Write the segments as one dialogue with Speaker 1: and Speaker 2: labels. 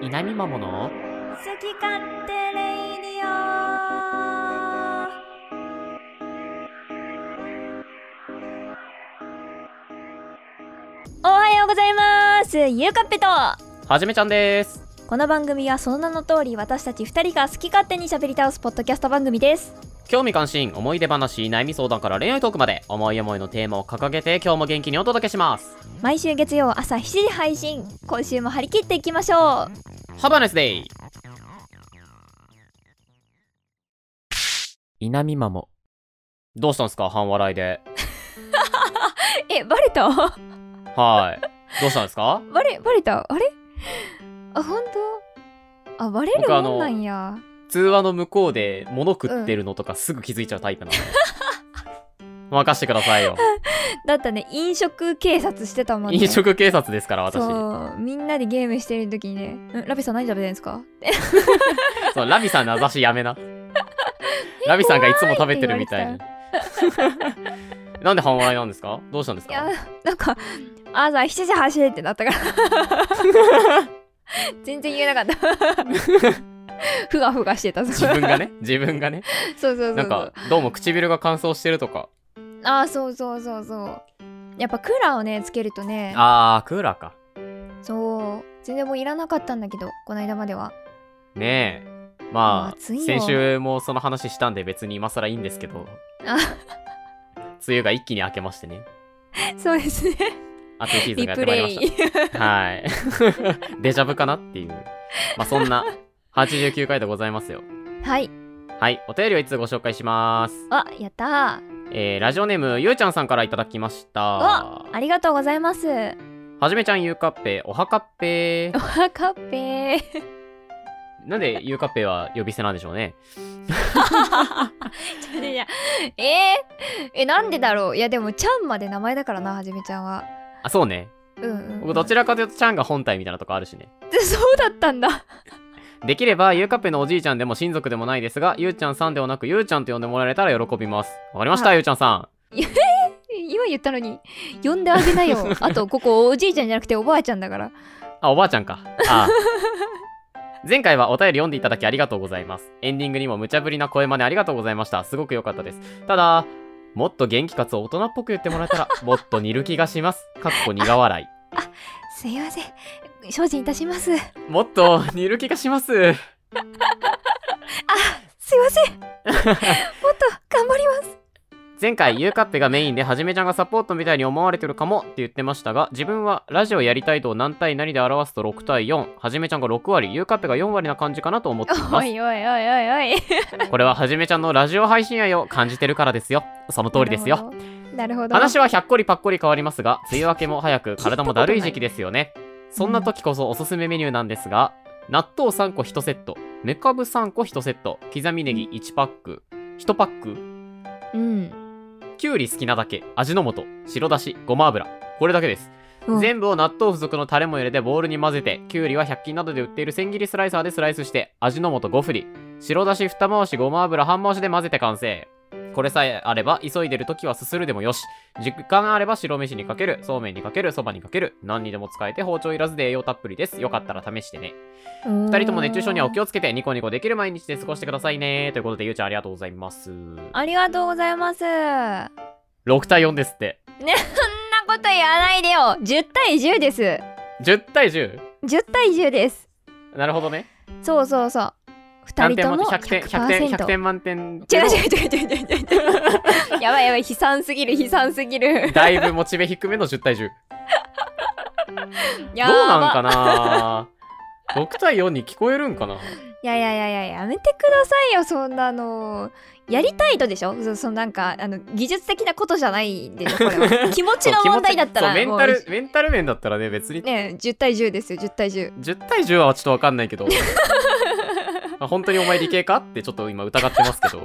Speaker 1: 稲見桃の
Speaker 2: 好き勝手レイディオおはようございますゆうかっぺと
Speaker 1: はじめちゃんです
Speaker 2: この番組はその名の通り私たち二人が好き勝手に喋り倒すポッドキャスト番組です
Speaker 1: 興味関心思い出話悩み相談から恋愛トークまで思い思いのテーマを掲げて今日も元気にお届けします
Speaker 2: 毎週月曜朝7時配信今週も張り切っていきましょう
Speaker 1: ハバネスデイ稲見桃どうしたんですか半笑いで
Speaker 2: えバレた
Speaker 1: はいどうしたんですか
Speaker 2: バレバレたあれあ本当あバレる
Speaker 1: 僕あの
Speaker 2: もんなんや
Speaker 1: 通話の向こうで物食ってるのとかすぐ気づいちゃうタイプなので、任してくだ さいよ
Speaker 2: だったね飲食警察してたもんね
Speaker 1: 飲食警察ですから私そう
Speaker 2: そうみんなでゲームしてる時にね「んラピさん何食べてるんですか?」って
Speaker 1: ラビさんのあざしやめ なラビさんがいつも食べてるみたいになんで半笑いなんですかどうしたんです
Speaker 2: い
Speaker 1: か
Speaker 2: やなんか「朝7時走れ」ってなっ たから全然言えなかった ふがふがしてた
Speaker 1: 自分がね自分がね
Speaker 2: そう そうそうそう
Speaker 1: なんかどうも唇が乾燥してるとか
Speaker 2: あーそうそうそうそうやっぱクーラーをねつけるとね
Speaker 1: あークーラーか
Speaker 2: そう全然もういらなかったんだけどこの間までは
Speaker 1: ねえ
Speaker 2: も
Speaker 1: まあ
Speaker 2: う暑いよ
Speaker 1: 先週もその話したんで別に今更いいんですけ ど
Speaker 2: あ
Speaker 1: 梅雨が一気に明けましてね
Speaker 2: そうですね
Speaker 1: 暑いシーズン
Speaker 2: リ
Speaker 1: がやっ
Speaker 2: プ
Speaker 1: てまいりま
Speaker 2: レ
Speaker 1: した
Speaker 2: イ
Speaker 1: はい デジャブかなっていうまあそ んな89回でございますよ
Speaker 2: はい
Speaker 1: はいお便りをいつご紹介します
Speaker 2: あやったー
Speaker 1: えーラジオネームゆうちゃんさんからいただきましたは
Speaker 2: ありがとうございます
Speaker 1: じめちゃんゆうかっぺおはかっぺ
Speaker 2: おはかっぺー
Speaker 1: なんでゆうかっぺは呼び捨てなんでしょうね
Speaker 2: いやいやえー、えなんでだろういやでもちゃんまで名前だからなはじめちゃんは
Speaker 1: あそうね
Speaker 2: うんうん、
Speaker 1: 僕どちらかというとちゃんが本体みたいなとこあるしね
Speaker 2: で そうだったんだ
Speaker 1: できればゆうかっぺのおじいちゃんでも親族でもないですがゆうちゃんさんではなくゆうちゃんと呼んでもらえたら喜びますわかりました
Speaker 2: あ
Speaker 1: ゆうちゃんさ
Speaker 2: 今言ったのに呼んであげ なよあとここおじいちゃんじゃなくておばあちゃんだから
Speaker 1: んあおばあちゃんかあ 前回はお便り読んでいただきありがとうございますエンディングにも無茶ぶりな声真似ありがとうございましたすごく良かったですただもっと元気かつ大人っぽく言ってもらえたらもっと似る気がしますかっこ苦笑い
Speaker 2: すいません精進いたします
Speaker 1: もっと似る気がします
Speaker 2: すいません もっと頑張ります
Speaker 1: 前回ゆうかっぺがメインではじめちゃんがサポートみたいに思われてるかもって言ってましたが自分はラジオやりたいと何対何で表すと6対4はじめちゃんが6割ゆうかっぺが4割な感じかなと思ってい
Speaker 2: お
Speaker 1: ます
Speaker 2: いおいおいおいおい
Speaker 1: これははじめちゃんのラジオ配信愛を感じてるからですよその通りですよ
Speaker 2: なるほどなるほど
Speaker 1: 話は100こりパッコリ変わりますが梅雨明けも早く体もだるい時期ですよねそんな時こそおすすめメニューなんですが納豆3個1セットめかぶ3個1セット刻みネギ1パック1パック
Speaker 2: うん、
Speaker 1: きゅうり好きなだけ味の素白だしごま油これだけです、
Speaker 2: うん
Speaker 1: 全部を納豆付属のタレも入れてボウルに混ぜてきゅうりは100均などで売っている千切りスライサーでスライスして味の素5振り白だし二回しごま油半回しで混ぜて完成これさえあれば急いでる時はすするでもよし時間あれば白飯にかけるそうめんにかけるそばにかける何にでも使えて包丁いらずで栄養たっぷりですよかったら試してね
Speaker 2: 2
Speaker 1: 2人とも熱中症にはお気
Speaker 2: を
Speaker 1: をつけてニコニコできる毎日で過ごしてくださいねということでゆうちゃんありがとうございます
Speaker 2: ありがとうございます
Speaker 1: 6対4ですって
Speaker 2: そんなこと言わないでよ10対10です
Speaker 1: 10対 10?
Speaker 2: 10対10です
Speaker 1: なるほどね。
Speaker 2: そうそうそう2
Speaker 1: 何
Speaker 2: 人
Speaker 1: 点
Speaker 2: と
Speaker 1: 満
Speaker 2: も
Speaker 1: 点100点、100点、100
Speaker 2: 100%
Speaker 1: 点満点。
Speaker 2: 違う違う違う違う違う違 うやばいやばい悲惨すぎる悲惨すぎ る
Speaker 1: だいぶモチベ低めの10対10。どう
Speaker 2: やば
Speaker 1: なんかな ?6 対4に聞こえるんかない
Speaker 2: やいやいやいややめてくださいよそんなのやりたいとでしょそそのなんかあの技術的なことじゃない でしょこれは気持ちの
Speaker 1: そう
Speaker 2: 問題だったら
Speaker 1: そうメ
Speaker 2: も
Speaker 1: ン
Speaker 2: う
Speaker 1: タル、メンタル面だったらね、別に。
Speaker 2: ね10対10ですよ10対10
Speaker 1: 10対10はちょっとわかんないけど。 まあ本当にお前理系かってちょっと今疑ってますけど。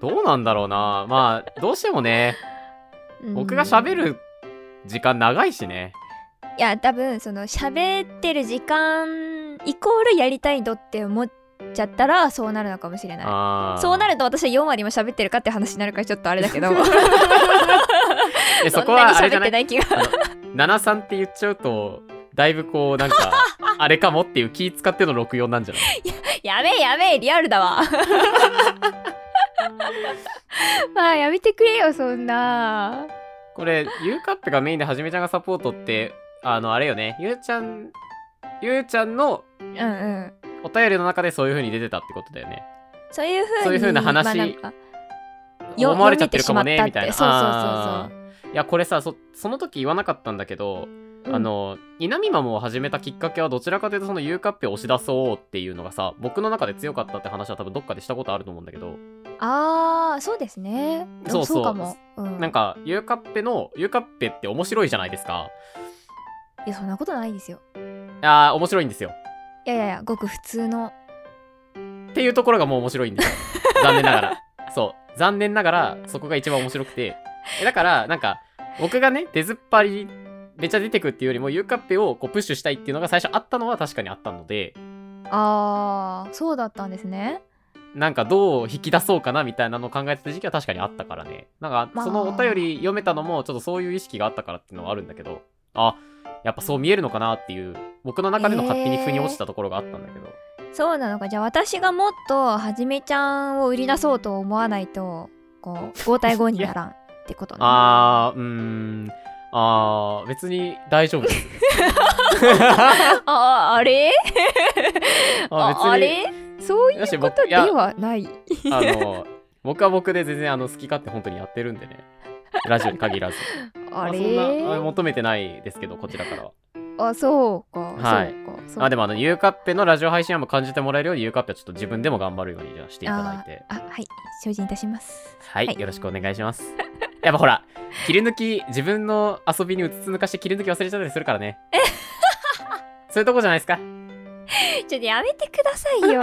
Speaker 1: どうなんだろうなまあ、どうしてもね、
Speaker 2: うん
Speaker 1: 僕が喋る時間長いしね。
Speaker 2: いや多分その喋ってる時間イコールやりたいとって思っちゃったらそうなるのかもしれない
Speaker 1: あー
Speaker 2: そうなると私は4割も喋ってるかって話になるからちょっとあれ だけど
Speaker 1: えそ
Speaker 2: そ
Speaker 1: こ
Speaker 2: んな
Speaker 1: は
Speaker 2: に
Speaker 1: あれじゃ
Speaker 2: 喋っ
Speaker 1: な
Speaker 2: て
Speaker 1: い
Speaker 2: ない気が
Speaker 1: 73って言っちゃうとだいぶこうなん かあれかもっていう気使っての64なんじゃない
Speaker 2: やべえやべえリアルだわ まあやめてくれよそんな
Speaker 1: これゆうカップがメインではじめちゃんがサポートってあのあれよねゆうちゃんゆうちゃんの
Speaker 2: うんうん
Speaker 1: お便りの中でそういう風に出てたってことだよね
Speaker 2: そういうふうに
Speaker 1: そういう風な話
Speaker 2: まあんかよ
Speaker 1: 思われちゃってるかもね
Speaker 2: 読
Speaker 1: み
Speaker 2: めて
Speaker 1: たいな
Speaker 2: しまったって
Speaker 1: あーいやこれさそその時言わなかったんだけど、
Speaker 2: うん
Speaker 1: あの稲見マムを始めたきっかけはどちらかというとそのゆうカップを押し出そうっていうのがさ僕の中で強かったって話は多分どっかでしたことあると思うんだけど、
Speaker 2: あーそうですね
Speaker 1: そうそう
Speaker 2: かも、うん、
Speaker 1: なんかゆうカッペのゆうカッペって面白いじゃないですか
Speaker 2: いやそんなことないですよ
Speaker 1: あー面白いんですよ
Speaker 2: いやいやいやごく普通の
Speaker 1: っていうところがもう面白いんですよ残念ながらそう残念ながらそこが一番面白くてえだからなんか僕がね出ずっぱりめっちゃ出てくっていうよりもゆうカッペをこうプッシュしたいっていうのが最初あったのは確かにあったので
Speaker 2: あーそうだったんですね
Speaker 1: なんかどう引き出そうかなみたいなのを考えてた時期は確かにあったからねなん
Speaker 2: ま
Speaker 1: か
Speaker 2: あ
Speaker 1: そのお便り読めたのもちょっとそういう意識があったからっていうのはあるんだけどあやっぱそう見えるのかなっていう僕の中での勝手に腑に落ちたところがあったんだけど、
Speaker 2: そうなのかじゃあ私がもっとはじめちゃんを売り出そうと思わないとこう5対5にならんっ てことね
Speaker 1: あーうーんあー別に大 丈夫です
Speaker 2: ああれ
Speaker 1: あ別に
Speaker 2: ああれそういうことではない。
Speaker 1: あの僕は僕で全然あの好き勝手本当にやってるんでねラジオに限らずま
Speaker 2: あ
Speaker 1: そんなあ
Speaker 2: れ
Speaker 1: 求めてないですけどこちらからは
Speaker 2: あ、そうか。
Speaker 1: はい
Speaker 2: そうか。そう
Speaker 1: あでもあのゆうかっぺのラジオ配信はもう感じてもらえるようにゆうかっぺはちょっと自分でも頑張るようにじゃあしていただいて
Speaker 2: あはい。精進いたします。
Speaker 1: はい、
Speaker 2: はい
Speaker 1: よろしくお願いします やっぱほら切り抜き自分の遊びにうつつ抜かして切り抜き忘れちゃったりするから ねそういうとこじゃないですか
Speaker 2: ちょっとやめてくださいよ。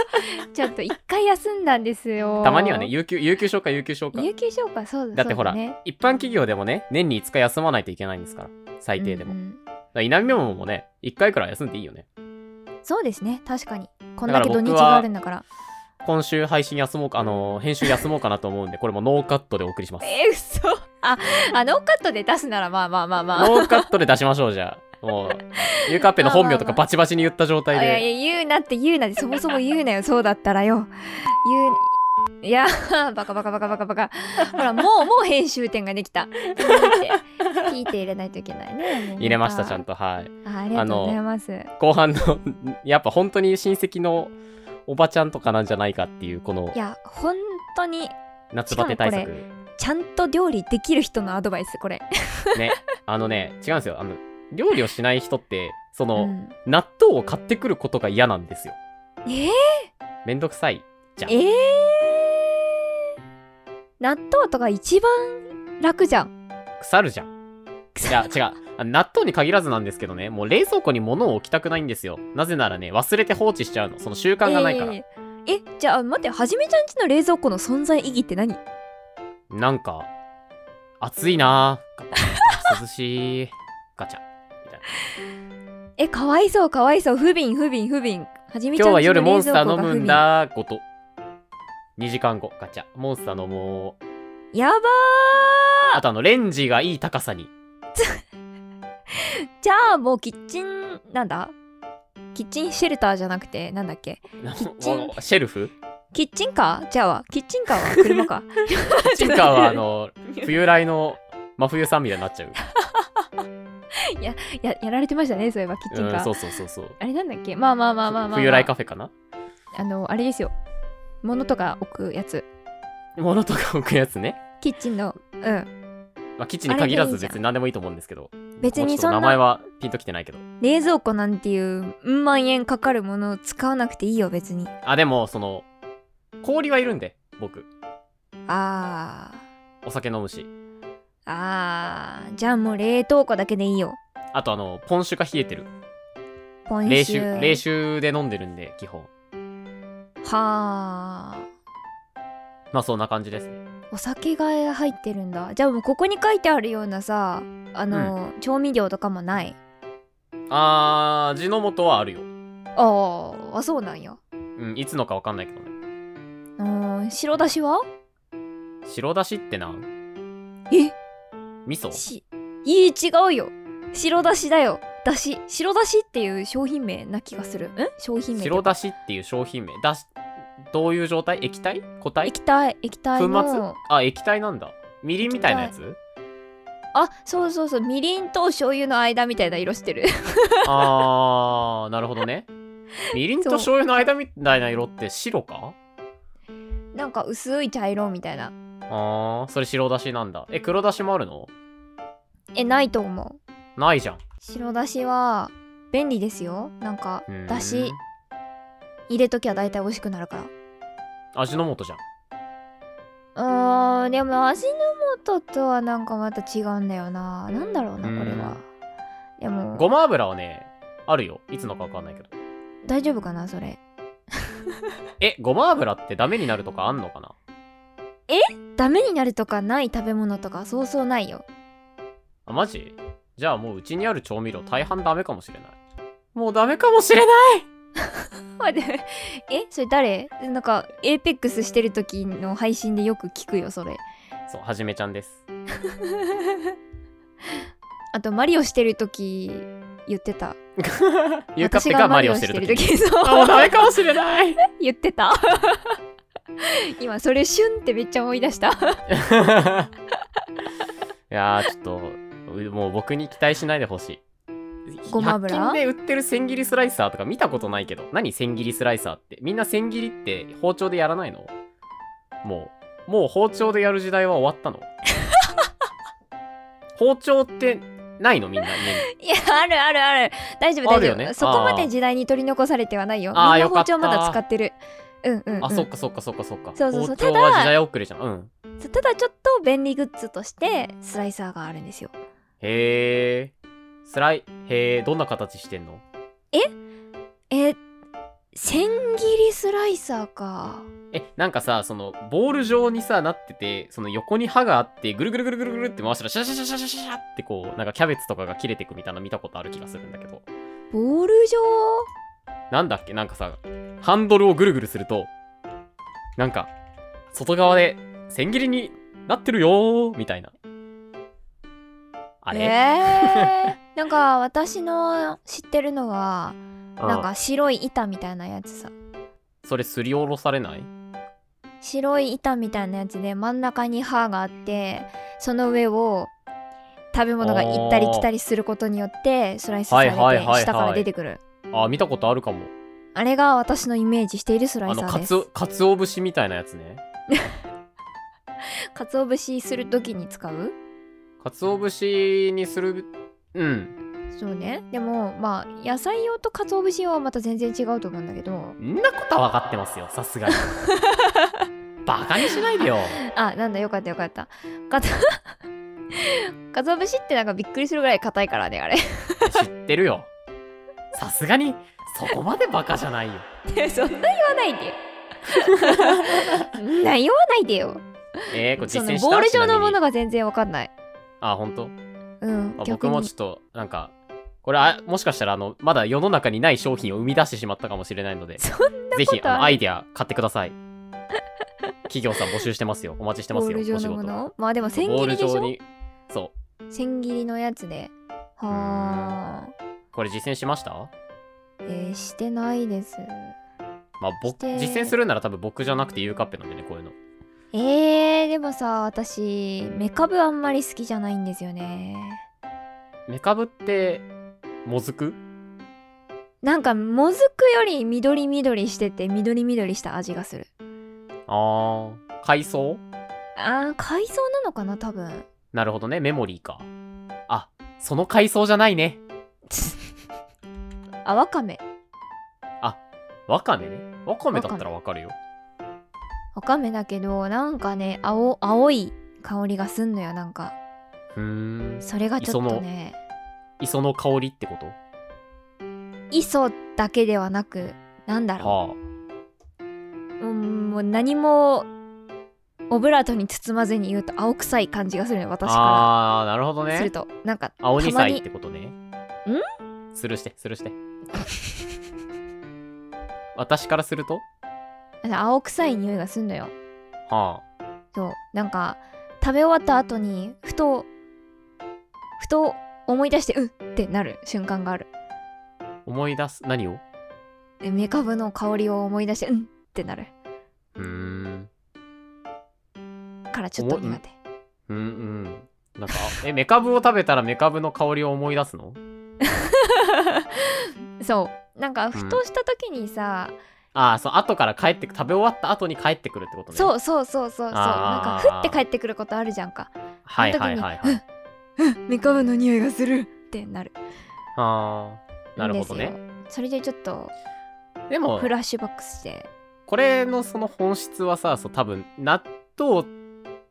Speaker 2: ちょっと一回休んだんですよ。
Speaker 1: たまにはね有給有給消化有給消化
Speaker 2: 有給消化そうだ
Speaker 1: だってほら、
Speaker 2: そうね
Speaker 1: 一般企業でもね年に5日休まないといけないんですから最低でも、
Speaker 2: う
Speaker 1: だか
Speaker 2: ん
Speaker 1: ら稲見桃もね1回くらい休んでいいよね
Speaker 2: うんそうですね。確かに。こん
Speaker 1: だ
Speaker 2: だ
Speaker 1: か
Speaker 2: け
Speaker 1: ら
Speaker 2: 土
Speaker 1: 僕は
Speaker 2: 日があるんだから。
Speaker 1: 今週配信休もうかあのー編集休もうかなと思うんでこれもノーカットでお送りします
Speaker 2: えー、嘘。あ、あノーカットで出すならまあまあまあまあ。
Speaker 1: ノーカットで出しましょうじゃあもうゆうかっぺの本名とかバチバチに言った状態
Speaker 2: あいや
Speaker 1: で
Speaker 2: いや言うなって言うなってそもそも言うなよそうだったらよ言ういやバカバカバカバカバカほらもうもう編集点ができた聞いて聞いて入れないといけないねもう
Speaker 1: 入れましたちゃん
Speaker 2: と
Speaker 1: とはい
Speaker 2: あありがとうございます
Speaker 1: 後半の やっぱ本当に親戚のおばちゃんとかなんじゃないかっていうこの
Speaker 2: いや本当に
Speaker 1: 夏バテ対
Speaker 2: しか
Speaker 1: 策
Speaker 2: ちゃんと料理できる人のアドバイスこれ、
Speaker 1: ね あのね違うんですよあの料理をしない人ってそうの、
Speaker 2: ん、
Speaker 1: 納豆を買ってくることが嫌なんですよ
Speaker 2: えー、
Speaker 1: めんどくさいじゃん
Speaker 2: えー、納豆とか一番楽じゃん
Speaker 1: 腐るじゃんいや違うあ納豆に限らずなんですけどねもう冷蔵庫に物を置きたくないんですよなぜならね忘れて放置しちゃうのその習慣がないから、
Speaker 2: えーえじゃあ待ってはじめちゃんちの冷蔵庫の存在意義って何
Speaker 1: なんか暑いなぁガパ涼しいガ チャみたいな
Speaker 2: えかわいそうかわいそう不憫不憫不憫はじめちゃ
Speaker 1: 今
Speaker 2: ん
Speaker 1: 日は夜
Speaker 2: ちの
Speaker 1: モ
Speaker 2: 冷
Speaker 1: ンスタ
Speaker 2: 蔵
Speaker 1: ー
Speaker 2: 庫が
Speaker 1: 飲むんだごと2時間後ガチャモンスター飲もう
Speaker 2: 不憫やば
Speaker 1: あとあのレンジがいい高さに
Speaker 2: ーじゃあもうキッチンなんだキッチンシェルターじゃなくてなんだっけチン
Speaker 1: シェルフ
Speaker 2: キッチンカーじゃあキッチン カーは車か
Speaker 1: キッチンカーはあの冬来の真冬さんみたいになっちゃう
Speaker 2: ややられてましたねそういえばキッチン
Speaker 1: う
Speaker 2: カ
Speaker 1: ん、
Speaker 2: ー、
Speaker 1: そうそうそうそう。
Speaker 2: あれなんだっけまあまあまあまあまあ、まあ、
Speaker 1: 冬来カフェかな
Speaker 2: あのあれですよ物とか置くやつ
Speaker 1: 物とか置くやつね。
Speaker 2: キッチンのうん
Speaker 1: まあ、キッチンに限らず
Speaker 2: あれでいいじゃん
Speaker 1: 別に何でもいいと思うんですけど。
Speaker 2: 別に
Speaker 1: もうちょ
Speaker 2: そ
Speaker 1: っと
Speaker 2: ん
Speaker 1: 名前
Speaker 2: な
Speaker 1: はピンときてないけど。
Speaker 2: 冷蔵庫なんていううん万円かかるものを使わなくていいよ別に
Speaker 1: あ、でも、その、氷はいるんで、僕。
Speaker 2: あー
Speaker 1: お酒飲むし。
Speaker 2: あーじゃあもう冷凍庫だけでいいよ
Speaker 1: あと、あの、ポン酒が冷えてる。
Speaker 2: ポン
Speaker 1: 冷
Speaker 2: 酒
Speaker 1: 酒、冷酒で飲んでるんで、基本。
Speaker 2: はあ
Speaker 1: まあ、そんな感じですね。
Speaker 2: お酒が入ってるんだじゃあもうここに書いてあるようなさあの、調味料とかもない
Speaker 1: あー、地の素はあるよ。
Speaker 2: あーあそうなんや
Speaker 1: うん、いつのかわかんないけどね。
Speaker 2: うーん白だしは
Speaker 1: 白だしってなん
Speaker 2: え
Speaker 1: 味噌
Speaker 2: しいい違うよ白だしだよだし白だしっていう商品名な気がするん商品名
Speaker 1: 白だ
Speaker 2: し
Speaker 1: しっていう商品名だしどういう状態液体固体
Speaker 2: 液体液体
Speaker 1: 粉
Speaker 2: の
Speaker 1: 末あ液体なんだみりんみたいなやつ
Speaker 2: あそうそうそうみりんと醤油の間みたいな色してる
Speaker 1: あーなるほどねみりんと
Speaker 2: そう
Speaker 1: 醤油の間みたいな色って白か
Speaker 2: なんか薄い茶色みたいな
Speaker 1: あーそれ白だしなんだえ黒だしもあるの
Speaker 2: えないと思う
Speaker 1: ないじゃん
Speaker 2: 白だしは便利ですよなんか
Speaker 1: うーん
Speaker 2: だし入れときゃ大体美味しくなるから
Speaker 1: 味の素じゃん
Speaker 2: うーんでも味の素とはなんかまた違うんだよななんだろうなこれはでも
Speaker 1: ごま油はねあるよいつのかわかんないけど
Speaker 2: 大丈夫かなそれ
Speaker 1: えごま油ってダメになるとかあんのかな
Speaker 2: ダメになるとかない食べ物とかそうそうないよ
Speaker 1: あマジじゃあもううちにある調味料大半ダメかもしれないもうダメかもしれない
Speaker 2: 待ってえそれ誰なんかエーペックスしてる時の配信でよく聞くよそれ
Speaker 1: そうはじめちゃんです
Speaker 2: あとマリオしてる時言ってた
Speaker 1: ゆうかっぺがマリオしてる時
Speaker 2: 私がマリオしてる時
Speaker 1: あもうダ
Speaker 2: そう
Speaker 1: メかもしれない
Speaker 2: 言ってた 今それシュンってめっちゃ思い出した
Speaker 1: い やーちょっとうもう僕に期待しないでほしい
Speaker 2: ごま油
Speaker 1: 100均で売ってる千切りスライサーとか見たことないけど何千切りスライサーってみんな千切りって包丁でやらないのもうもう包丁でやる時代は終わ ったの包丁ってないのみんな家に
Speaker 2: いやあるあるある大丈夫
Speaker 1: あ
Speaker 2: 大
Speaker 1: る
Speaker 2: 丈
Speaker 1: よ
Speaker 2: 夫、
Speaker 1: ね
Speaker 2: そこまで時代に取り残されてはないよ
Speaker 1: あー
Speaker 2: みんな
Speaker 1: よか
Speaker 2: 包
Speaker 1: った
Speaker 2: 丁まだ使ってるうんうん、うん、
Speaker 1: あ、そっかそっかそっかそっか。
Speaker 2: そうそうそう
Speaker 1: 包丁は時代遅れじゃん。うん。
Speaker 2: そうただちょっと便利グッズとしてスライサーがあるんですよ
Speaker 1: へえ。スライ、へえ、どんな形してんの
Speaker 2: え千切りスライサーか
Speaker 1: え、なんかさ、その、ボール状にさ、なってて、その横に刃があって、ぐるぐるぐるぐるぐるって回したら、シャシャシャシャシャシャシャってこう、なんかキャベツとかが切れてくみたいなの見たことある気がするんだけど。
Speaker 2: ボール状
Speaker 1: なんだっけなんかさ、ハンドルをぐるぐるすると、なんか、外側で千切りになってるよーみたいな。あれ、
Speaker 2: えーなんか私の知ってるのは
Speaker 1: うん
Speaker 2: なんか白い板みたいなやつさ
Speaker 1: それすりおろされない
Speaker 2: 白い板みたいなやつで真ん中に刃があってその上を食べ物が行ったり来たりすることによってスライスされて
Speaker 1: はいはいはいはい
Speaker 2: 下から出てくる
Speaker 1: あ、見たことあるかも。
Speaker 2: あれが私のイメージしているスラ
Speaker 1: あ
Speaker 2: イ
Speaker 1: の
Speaker 2: サ
Speaker 1: か
Speaker 2: ーで
Speaker 1: つ
Speaker 2: す
Speaker 1: おかつお節みたいなやつね
Speaker 2: かつお節する時に使う
Speaker 1: かつお節にするうん
Speaker 2: そうねでもまあ野菜用とかつお節用はまた全然違うと思うんだけど
Speaker 1: んなことは分かってますよさす がにバカにしないでよ
Speaker 2: あなんだよかったよかった かつかつお節ってなんかびっくりするぐらい硬いからねあれ
Speaker 1: 知ってるよさすがにそこまでバカじゃないよ
Speaker 2: ってそんな言わない でよ。そんな言わないでよ。
Speaker 1: えー、これ
Speaker 2: そ
Speaker 1: 実
Speaker 2: の
Speaker 1: 践した
Speaker 2: ボール状のもの
Speaker 1: が
Speaker 2: が全然わかんない。
Speaker 1: あ本当
Speaker 2: うん
Speaker 1: あ。僕
Speaker 2: 逆
Speaker 1: も
Speaker 2: に
Speaker 1: ちょっとなんかこれあもしかしたらあのまだ世の中にない商品を生み出してしまったかもしれないのでぜ
Speaker 2: そことある
Speaker 1: ひあのアイデア買ってくだ さい企業さん募集してますよお待ちしてま
Speaker 2: ボ
Speaker 1: す
Speaker 2: ー
Speaker 1: よ
Speaker 2: ル状
Speaker 1: お仕
Speaker 2: のも
Speaker 1: 事
Speaker 2: の。まあでも千
Speaker 1: ボー
Speaker 2: 切
Speaker 1: ル
Speaker 2: りでし
Speaker 1: 状
Speaker 2: ょ。
Speaker 1: にそう
Speaker 2: 千切りのやつで。はあ。
Speaker 1: これ実践しました
Speaker 2: えー、してないです。
Speaker 1: まあ僕
Speaker 2: して
Speaker 1: 実践するなら多分僕じゃなくてゆうかっぺなんでねこういうの
Speaker 2: えー、でもさ私メカブあんまり好きじゃないんですよね。
Speaker 1: メカブってもずく
Speaker 2: なんかもずくより緑緑してて緑緑した味がする。
Speaker 1: あー海藻
Speaker 2: あー海藻なのかな多分。
Speaker 1: なるほどねメモリーかあその海藻じゃないね
Speaker 2: あわかめ。
Speaker 1: わかめねわかめだったらわかるよ
Speaker 2: わかめだけどなんかね青青い香りがすんのよなんか
Speaker 1: うーん
Speaker 2: それがちょっとね
Speaker 1: 磯の香りってこと
Speaker 2: 磯だけではなくなんだろ
Speaker 1: は
Speaker 2: う、うん、もう何もオブラートに包まずに言うと青臭い感じがするのよ私か
Speaker 1: ああーなるほど
Speaker 2: らする
Speaker 1: ね
Speaker 2: と、なんか
Speaker 1: 青二
Speaker 2: たま
Speaker 1: 歳っ
Speaker 2: に
Speaker 1: てことねんするしてするして私からすると
Speaker 2: 青臭い匂いがすんのよ
Speaker 1: はあ
Speaker 2: そうなんか食べ終わった後にふとふと思い出してうっってなる瞬間がある
Speaker 1: 思い出す何を
Speaker 2: えメカブの香りを思い出してうんってなる
Speaker 1: うーん
Speaker 2: からちょっと苦手
Speaker 1: うんうんなんかえメカブを食べたらメカブの香りを思い出すの
Speaker 2: そうなんかふとした時にさ、
Speaker 1: ああそう後から帰ってく食べ終わった後に帰ってくるってことね
Speaker 2: そううそうそうそうそうなん
Speaker 1: あ
Speaker 2: か
Speaker 1: ー
Speaker 2: ふって帰ってくることあるじゃんか
Speaker 1: はいはいはいはい
Speaker 2: うんメカブの匂いがするってなる
Speaker 1: ああなるほど
Speaker 2: ん
Speaker 1: ね
Speaker 2: ですよそれでちょっと
Speaker 1: でも
Speaker 2: フラッシュバックして
Speaker 1: これのその本質はさそう多分納豆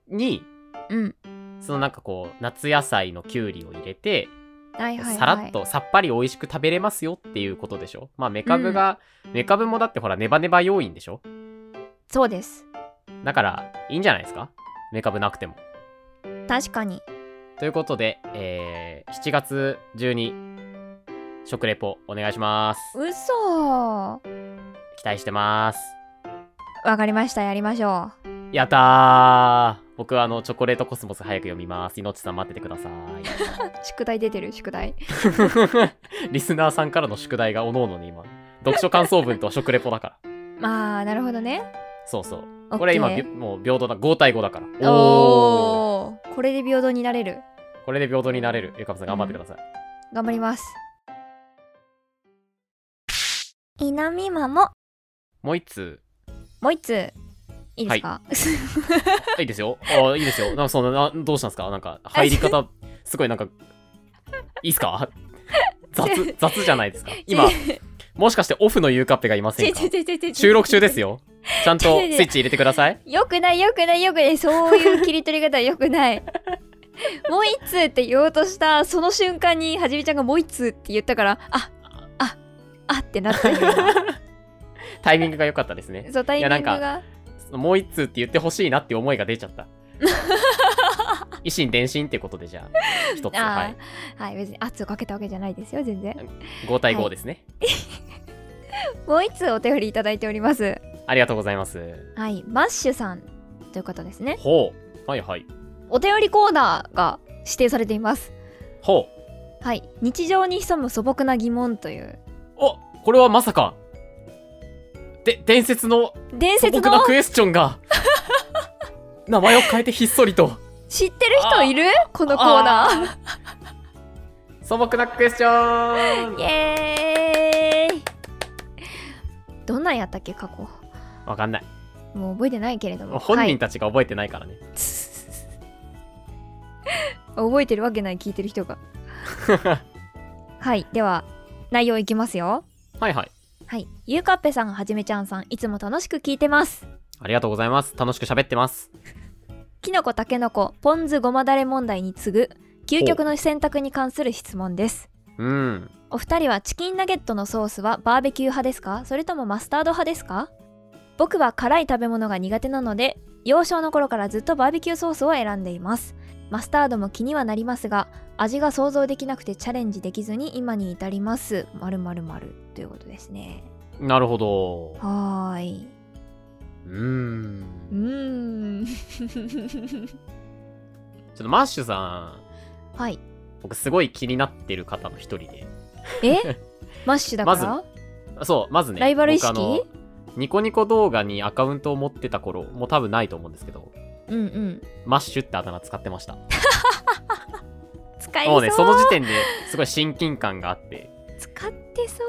Speaker 1: に
Speaker 2: うん
Speaker 1: そのなんかこう夏野菜のきゅうりを入れて、
Speaker 2: はいはいはい
Speaker 1: さらっとさっぱり美味しく食べれますよっていうことでしょまあメカブが、メカブもだってほらネバネバ要因でしょ
Speaker 2: そうです
Speaker 1: だからいいんじゃないですかメカブなくても
Speaker 2: 確かに
Speaker 1: ということで、えー7月中に食レポお願いします
Speaker 2: 嘘
Speaker 1: 期待してます
Speaker 2: わかりましたやりましょう
Speaker 1: やったー僕はあのチョコレートコスモス早く読みますいのちさん待っててくだ さい
Speaker 2: 宿題出てる宿題
Speaker 1: リスナーさんからの宿題がおのおのに今読書感想文と食レポだから
Speaker 2: まあなるほどね
Speaker 1: そうそう
Speaker 2: オッケー
Speaker 1: これ今びもう平等だ5対5だからー
Speaker 2: おーこれで平等になれる
Speaker 1: これで平等になれるゆかぶさん頑張ってください、
Speaker 2: 頑張ります稲見まも
Speaker 1: もう一通
Speaker 2: もう一ついいですか、
Speaker 1: あいいですよあいいですよなんかそんななどうしたんですかなんか入り方すごいなんかいいっすか 雑雑じゃないですか今もしかしてオフのゆうかっぺがいませ
Speaker 2: ち
Speaker 1: ん
Speaker 2: ょ
Speaker 1: か
Speaker 2: ちょちょちょちょ
Speaker 1: 収録中ですよちゃんとスイッチ入れてください
Speaker 2: よくないよくないよくないそういう切り取り方よくないもう一通って言おうとしたその瞬間にはじめちゃんがもう一通って言ったからあああってなったよ今
Speaker 1: タイミングが良かったですね
Speaker 2: そうタイミング
Speaker 1: いや
Speaker 2: が
Speaker 1: もう一通って言ってほしいなって思いが出ちゃ った。維新伝心ってことでじゃあ、一つ。
Speaker 2: あー
Speaker 1: はい。
Speaker 2: はい別に圧をかけたわけじゃないですよ全然
Speaker 1: 5対5ですね。
Speaker 2: もう一通お便りいただいております
Speaker 1: ありがとうございます。
Speaker 2: はいマッシュさんということですね
Speaker 1: ほう。はいはい。
Speaker 2: お便りコーナーが指定されています
Speaker 1: ほう。
Speaker 2: はい日常に潜む素朴な疑問という
Speaker 1: おこれはまさか。で、伝説の
Speaker 2: 伝
Speaker 1: 素
Speaker 2: 説
Speaker 1: 朴
Speaker 2: の
Speaker 1: なクエスチョンが。名前を変えてひっそりと。
Speaker 2: 知ってる人いるこのコーナー
Speaker 1: あー素朴なクエスチョン
Speaker 2: イエーイどんなんやったっけ過去
Speaker 1: わかんない。
Speaker 2: もう覚えてないけれども
Speaker 1: 本
Speaker 2: は
Speaker 1: 人
Speaker 2: い、
Speaker 1: たちが覚えてないからね。
Speaker 2: 覚えてるわけない聞いてる 人がはいでは内容いきますよ
Speaker 1: はいはい。
Speaker 2: はいゆうかっぺさんはじめちゃんさんいつも楽しく聞いてます
Speaker 1: ありがとうございます。楽しく喋ってます。
Speaker 2: きのこたけのこポン酢ごまだれ問題に次ぐ究極の選択に関する質問です
Speaker 1: うん。
Speaker 2: お二人はチキンナゲットのソースはバーベキュー派ですかそれともマスタード派ですか僕は辛い食べ物が苦手なので幼少の頃からずっとバーベキューソースを選んでいますマスタードも気にはなりますが味が想像できなくてチャレンジできずに今に至ります〇〇〇ということですね
Speaker 1: なるほど。
Speaker 2: はーいう
Speaker 1: ーん。
Speaker 2: うーん
Speaker 1: ちょっとマッシュさん、
Speaker 2: はい
Speaker 1: 僕すごい気になってる方の一人で。
Speaker 2: えマッシュだから、
Speaker 1: まそう、まずね。
Speaker 2: ライバル意識
Speaker 1: 僕あのニコニコ動画にアカウントを持ってた頃、もう多分ないと思うんですけど、
Speaker 2: うんうん
Speaker 1: マッシュってあだ名使ってました。
Speaker 2: 使い
Speaker 1: も
Speaker 2: そう
Speaker 1: うね、その時点ですごい親近感があって、
Speaker 2: 使ってそ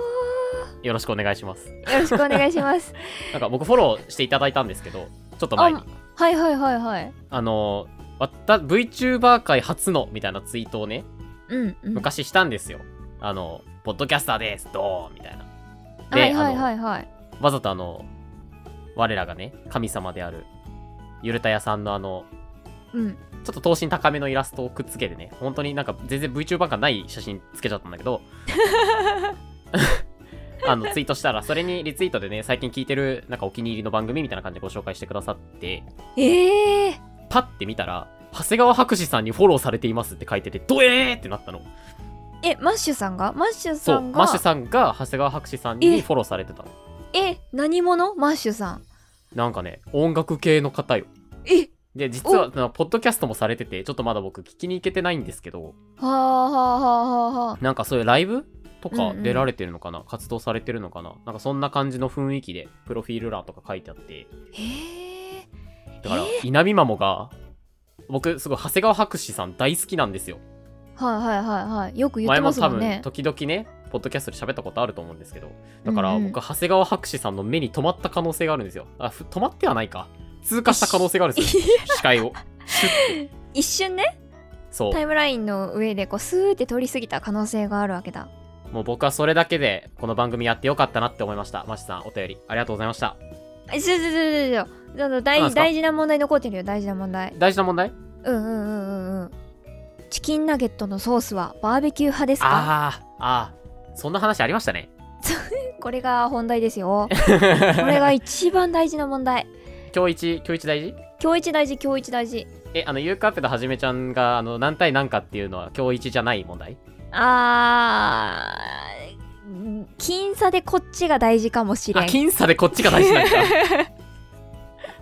Speaker 1: よろしくお願いします。
Speaker 2: うよろしくお願いします
Speaker 1: なんか僕フォローしていただいたんですけど、ちょっと前に
Speaker 2: あ。はいはいはいはい
Speaker 1: あの、わた VTuber 界初のみたいなツイートをね、
Speaker 2: うんうん
Speaker 1: 昔したんですよ。あの、ポッドキャスターです、どうみたいな。で
Speaker 2: はいはい
Speaker 1: あの
Speaker 2: はいはい
Speaker 1: わざとあの、我らがね、神様である、ゆるたやさんのあの、
Speaker 2: うん
Speaker 1: ちょっと頭身高めのイラストをくっつけてね、本当になんか全然 VTuber 感ない写真つけちゃったんだけど、あの、ツイートしたら、それにリツイートでね、最近聞いてる、なんかお気に入りの番組みたいな感じでご紹介してくださって、
Speaker 2: ええ
Speaker 1: パッて見たら、長谷川博士さんにフォローされていますって書いてて、ドエーってなったの。
Speaker 2: えマッシュさんがマッシュ
Speaker 1: そ
Speaker 2: さ
Speaker 1: う、
Speaker 2: ん
Speaker 1: マ
Speaker 2: が
Speaker 1: ッシュさんが長谷川博士さんにフォローされてたの。
Speaker 2: え何者マッシュさん
Speaker 1: なんかね、音楽系の方よ。
Speaker 2: え
Speaker 1: で、実は、そのポッドキャストもされてて、ちょっとまだ僕聞きに行けてないんですけど、
Speaker 2: はあはあはあはあは
Speaker 1: なんかそういうライブとか
Speaker 2: うんうん
Speaker 1: 出られてるのかな、活動されてるのかななんかそんな感じの雰囲気で、プロフィール欄とか書いてあって、
Speaker 2: へえ
Speaker 1: だから、稲見マモが、僕、すごい、長谷川博士さん大好きなんですよ。
Speaker 2: はいはいはいはいよく言っ
Speaker 1: 前
Speaker 2: てま
Speaker 1: も
Speaker 2: す
Speaker 1: 多
Speaker 2: もん
Speaker 1: 分
Speaker 2: ね
Speaker 1: 時々ねポッドキャストで喋ったことあると思うんですけどだから
Speaker 2: うんうん
Speaker 1: 僕長谷川博士さんの目に止まった可能性があるんですよあふ止まってはないか通過した可能性があるん ですよ視界を
Speaker 2: 一瞬ね
Speaker 1: そ
Speaker 2: タイムラインの上でこうスーって通り過ぎた可能性があるわけだ
Speaker 1: うもう僕はそれだけでこの番組やってよかったなって思いましたマシさんお便りありがとうございました
Speaker 2: あちょちょちょちょちょあの
Speaker 1: なん
Speaker 2: 大
Speaker 1: すか
Speaker 2: 大事な問題残ってるよ大事な問題
Speaker 1: 大事な問題
Speaker 2: うんうんうんうんうんチキンナゲットのソースはバーベキュー派ですか
Speaker 1: あーあーそんな話ありましたね
Speaker 2: これが本題ですよこれが一番大事な問題
Speaker 1: 今日一今日一大事
Speaker 2: 今日一大事今日一大事
Speaker 1: えあのゆうかっぺとはじめちゃんがあの何対何かっていうのは今日一じゃない問題
Speaker 2: あー僅差でこっちが大事かもしれ
Speaker 1: あ
Speaker 2: ん
Speaker 1: 僅差でこっちが大事なん だ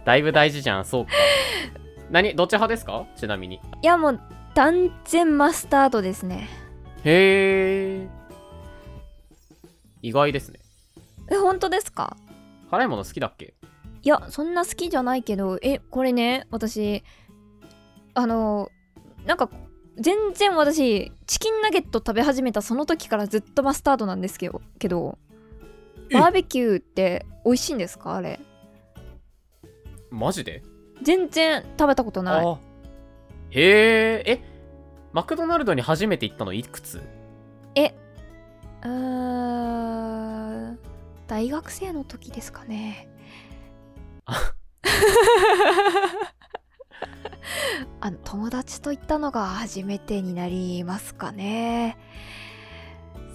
Speaker 1: だいぶ大事じゃんそうか何どっち派ですかちなみに
Speaker 2: いやもう断然マスタードですね
Speaker 1: へえ意外ですね
Speaker 2: え本当ですか
Speaker 1: 辛いもの好きだっけ
Speaker 2: いやそんな好きじゃないけどえこれね私あのなんか全然私チキンナゲット食べ始めたその時からずっとマスタードなんですけどけど
Speaker 1: え
Speaker 2: バーベキューって美味しいんですかあれ
Speaker 1: マジで
Speaker 2: 全然食べたことない
Speaker 1: あへええマクドナルドに初めて行ったのいくつ
Speaker 2: うーん大学生の時ですかね
Speaker 1: あ
Speaker 2: あの友達と行ったのが初めてになりますかね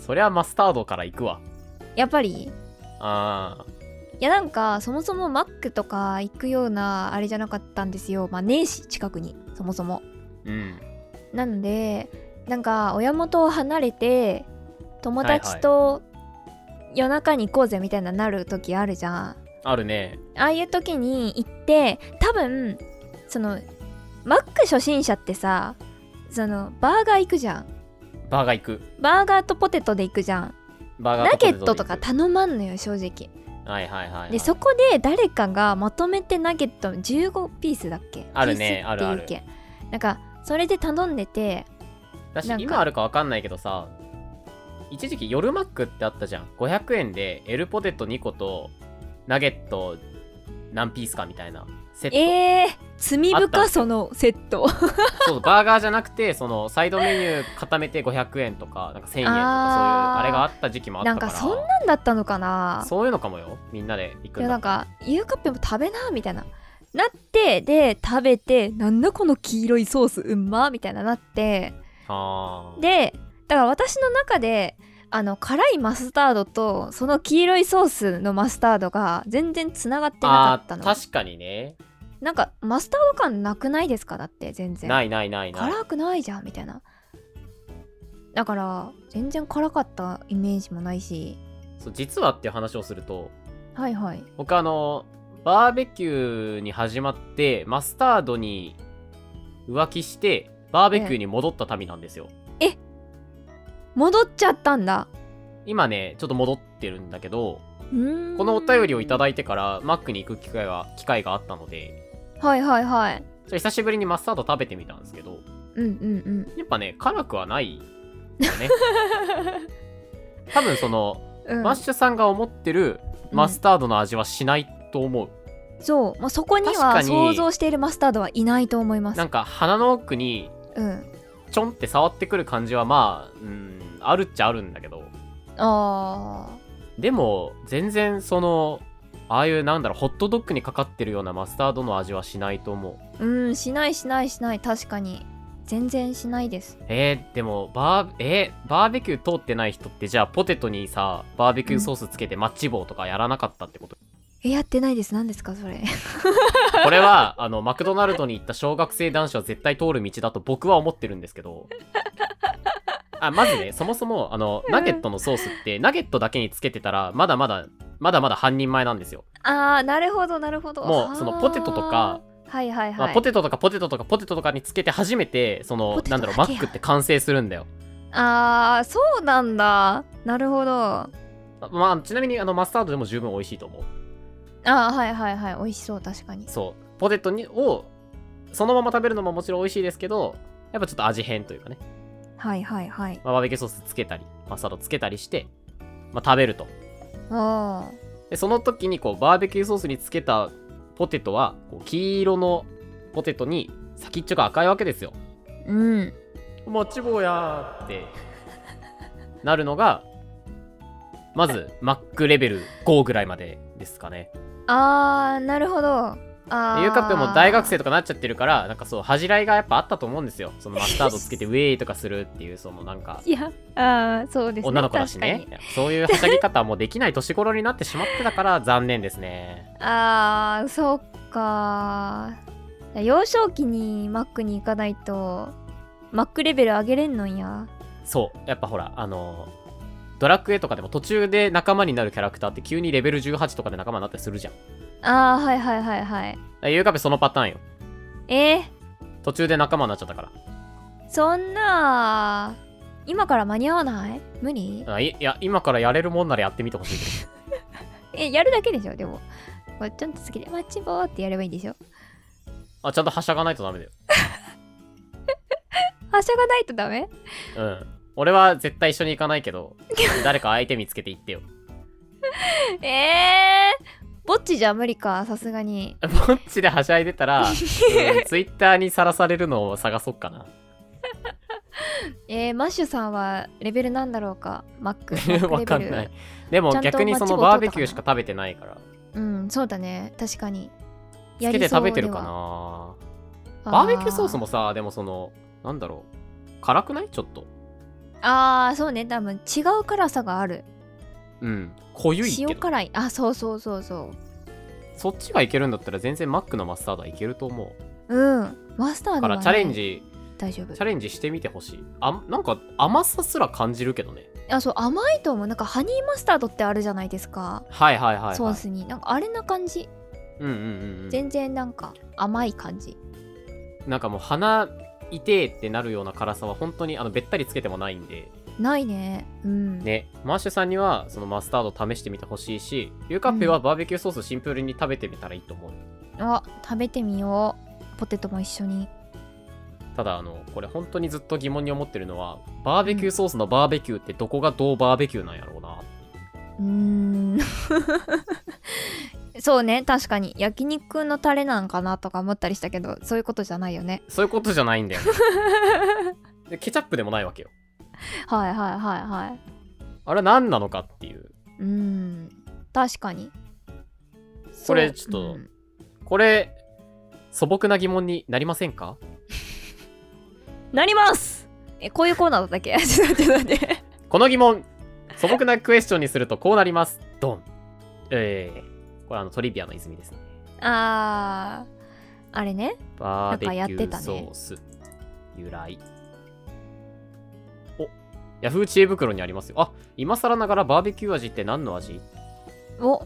Speaker 1: そりゃマスタードから行くわ
Speaker 2: やっぱり
Speaker 1: あ
Speaker 2: いやなんかそもそもマックとか行くようなあれじゃなかったんですよまあねえし近くにそもそも
Speaker 1: ーうん
Speaker 2: なのでなんか親元を離れて友達と夜中に行こうぜみたいななる時あるじゃん、
Speaker 1: あるね
Speaker 2: ああいう時に行って多分そのマック初心者ってさそのバーガー行くじゃん
Speaker 1: バーガー行く
Speaker 2: バーガーとポテトで行くじゃん
Speaker 1: バーガー
Speaker 2: ナゲ
Speaker 1: ポ
Speaker 2: ットとか
Speaker 1: で
Speaker 2: 頼まんのよ正直
Speaker 1: 行くはいはいはい、はい、
Speaker 2: でそこで誰かがまとめてナゲット15ピースだっけ
Speaker 1: あるね
Speaker 2: ピースっていう
Speaker 1: あるある
Speaker 2: けなんかそれで頼んでて
Speaker 1: だし
Speaker 2: なんか
Speaker 1: 今あるかわかんないけどさ一時期夜マックってあったじゃん500円でエルポテト2個とナゲット何ピースかみたいなセット、
Speaker 2: えー、罪
Speaker 1: あったん
Speaker 2: 深
Speaker 1: です
Speaker 2: そのセット
Speaker 1: そうそうバーガーじゃなくてそのサイドメニュー固めて500円とかなんか1000円とかそういう
Speaker 2: あー
Speaker 1: あれがあった時期もあっ
Speaker 2: な
Speaker 1: た
Speaker 2: ん
Speaker 1: から
Speaker 2: かそんなんだったのかな
Speaker 1: そういうのかもよみんなで行く
Speaker 2: いや
Speaker 1: ん
Speaker 2: な
Speaker 1: だ
Speaker 2: んか「ゆうかっぺも食べな」みたいななってで食べてなんだこの黄色いソースうまみたいななって
Speaker 1: あー
Speaker 2: でだから私の中であの辛いマスタードとその黄色いソースのマスタードが全然つながってなか
Speaker 1: あ
Speaker 2: った
Speaker 1: ー
Speaker 2: の
Speaker 1: 確かにね
Speaker 2: なんかマスタード感なくないですかだって全然
Speaker 1: ないないないない
Speaker 2: 辛くないじゃんみたいなだから全然辛かったイメージもないし
Speaker 1: そう実はっていう話をすると
Speaker 2: はいはい
Speaker 1: 僕あのバーベキューに始まってマスタードに浮気してバーベキューに戻った民なんですよ、
Speaker 2: 戻っちゃったんだ
Speaker 1: 今ねちょっと戻ってるんだけど
Speaker 2: こ
Speaker 1: このお便りをいた
Speaker 2: い
Speaker 1: だいてからマックに行く機会が機会があったので
Speaker 2: はいはいはい
Speaker 1: ちょっと久しぶりにマスタード食べてみたんですけど
Speaker 2: うんうん
Speaker 1: やっぱね辛くはないよ ね多分その、
Speaker 2: うん、うん、
Speaker 1: マッシュさんが思ってるマスタードの味はしないと思う、
Speaker 2: そう、まあ、そこに
Speaker 1: 確か
Speaker 2: は
Speaker 1: に
Speaker 2: 想像しているマスタードはいないと思います
Speaker 1: なんか鼻の奥に
Speaker 2: うん
Speaker 1: ちょんって触ってくる感じはまあうんあるっちゃあるんだけど
Speaker 2: あ
Speaker 1: でも全然そのああいうなんだろうホットドッグにかかってるようなマスタードの味はしないと思う
Speaker 2: ーうんしないしないしない確かに全然しないです
Speaker 1: えー、でもバー,、えーバーベキュー通ってない人ってじゃあポテトにさバーベキューソースつけてマッチ棒とかやらなかったってこと、
Speaker 2: えやってないです何ですかそ れ
Speaker 1: これはあのマクドナルドに行った小学生男子は絶対通る道だと僕は思ってるんですけどあまずねそもそもあのナゲットのソースってナゲットだけにつけてたらまだまだまだまだ半人前なんですよ
Speaker 2: あーなるほどなるほど
Speaker 1: もうそのポテトとか
Speaker 2: はいはい
Speaker 1: ま
Speaker 2: は
Speaker 1: あ、
Speaker 2: い
Speaker 1: ポテトとかポテトとかポテトとかにつけて初めてその
Speaker 2: ポテ
Speaker 1: な
Speaker 2: トだ
Speaker 1: んだ
Speaker 2: け
Speaker 1: ろ
Speaker 2: や
Speaker 1: うマックって完成するんだよ
Speaker 2: あーそうなんだなるほどあ
Speaker 1: あまあちなみにあのマスタードでも十分美味しいと思う
Speaker 2: ーはいはいはい美味しそう確かに
Speaker 1: そうポテトにをそのまま食べるのももちろん美味しいですけどやっぱちょっと味変というかね、
Speaker 2: はいはいはい
Speaker 1: まあ、バーベキューソースつけたりマスタードつけたりして、まあ、食べると
Speaker 2: おー
Speaker 1: でその時にこうバーベキューソースにつけたポテトはこう黄色のポテトに先っちょが赤いわけですよ
Speaker 2: うん
Speaker 1: もちぼうやーってなるのがまずマックレベル5ぐらいまでですかね
Speaker 2: あーなるほどあー
Speaker 1: でゆうかっぺも大学生とかなっちゃってるからなんかそう恥じらいがやっぱあったと思うんですよそのマスタードつけてウェーイとかするっていうそのなんか
Speaker 2: いやあーそうですね
Speaker 1: 女の子だしね
Speaker 2: 確か
Speaker 1: そういうはしゃぎ方はもうできない年頃になってしまってたから残念ですね
Speaker 2: にあーそっかー幼少期にマックに行かないとマックレベル上げれんのんや
Speaker 1: そうやっぱほらあのドラクエとかでも途中で仲間になるキャラクターって急にレベル18とかで仲間になったりするじゃんだか
Speaker 2: あーはいはいはいはい
Speaker 1: らゆうかっぺそのパターンよ
Speaker 2: えー、
Speaker 1: 途中で仲間になっちゃったから
Speaker 2: そんな今から間に合わない無理
Speaker 1: あいいや今からやれるもんならやってみてほしいけ
Speaker 2: えやるだけでしょでもこうちゃんと好きでマッチボーってやればいいんでしょ
Speaker 1: ど あちゃんとはしゃがないとダメだよ
Speaker 2: はしゃがないとダメ
Speaker 1: うん俺は絶対一緒に行かないけど誰か相手見つけて行ってよ
Speaker 2: えー、ぼっちじゃ無理かさすがに
Speaker 1: ぼっちではしゃいでた ら、ツイッターにさらされるのを探そっかな
Speaker 2: えー、マッシュさんはレベルなんだろうか マック
Speaker 1: わかんないで
Speaker 2: ちゃ
Speaker 1: も
Speaker 2: んと
Speaker 1: 逆にその
Speaker 2: マ
Speaker 1: バ
Speaker 2: ッ
Speaker 1: ー
Speaker 2: チ
Speaker 1: ベ
Speaker 2: 棒取ったかな
Speaker 1: キューしか食べてないから
Speaker 2: うんそうだね確かに
Speaker 1: つけて食べてるか
Speaker 2: やり
Speaker 1: な
Speaker 2: そう
Speaker 1: バ
Speaker 2: では
Speaker 1: ーベキューソースもさでもそのなんだろう辛くないちょっと
Speaker 2: あーあーそうね多分違う辛さがある
Speaker 1: うん濃ゆいけ
Speaker 2: 塩
Speaker 1: ど
Speaker 2: 辛いあそうそうそうそ
Speaker 1: そっちがいけるんだったら全然マックのマスタードはいけると思う
Speaker 2: ううんマスター
Speaker 1: だか
Speaker 2: ドは、
Speaker 1: ら
Speaker 2: ね、
Speaker 1: チャレンジ
Speaker 2: 大丈夫
Speaker 1: チャレンジしてみてほしいあなんか甘さすら感じるけどね
Speaker 2: あそう甘いと思うなんかハニーマスタードってあるじゃないですか、
Speaker 1: はいはいはい、はい、
Speaker 2: ソースになんかあれな感じ、
Speaker 1: うんうんうんう
Speaker 2: 全然なんか甘い感じ
Speaker 1: んなんかもう鼻痛えってなるような辛さは本当にあのべったりつけてもないんで
Speaker 2: ないねうん
Speaker 1: ねマッシュさんにはそのマスタード試してみてほしいしゆうかっぺはバーベキューソースシンプルに食べてみたらいいと思う、
Speaker 2: あ食べてみようポテトも一緒に
Speaker 1: ただあのこれ本当にずっと疑問に思ってるのはバーベキューソースのバーベキューってどこがどうバーベキューなんやろうな
Speaker 2: うーん そうね確かに焼肉のタレなんかなとか思ったりしたけどそういうことじゃないよね
Speaker 1: そういうことじゃないんだよ、ね、でケチャップでもないわけよ
Speaker 2: はいはいはいはい
Speaker 1: あれは何なのかっていう
Speaker 2: うーん確かに
Speaker 1: これ
Speaker 2: そう
Speaker 1: ちょっと
Speaker 2: うん
Speaker 1: これ素朴な疑問になりませんか
Speaker 2: なりますえこういうコーナーだったっけ ちょっと待って待って
Speaker 1: この疑問素朴なクエスチョンにするとこうなりますドンえー、これあのトリビアの泉ですね
Speaker 2: あーあれね
Speaker 1: バーベキ
Speaker 2: なんかやって
Speaker 1: ュ
Speaker 2: た
Speaker 1: ー
Speaker 2: ね
Speaker 1: ソース、由来おヤフー知恵袋にありますよあ今更ながらバーベキュー味って何の味
Speaker 2: お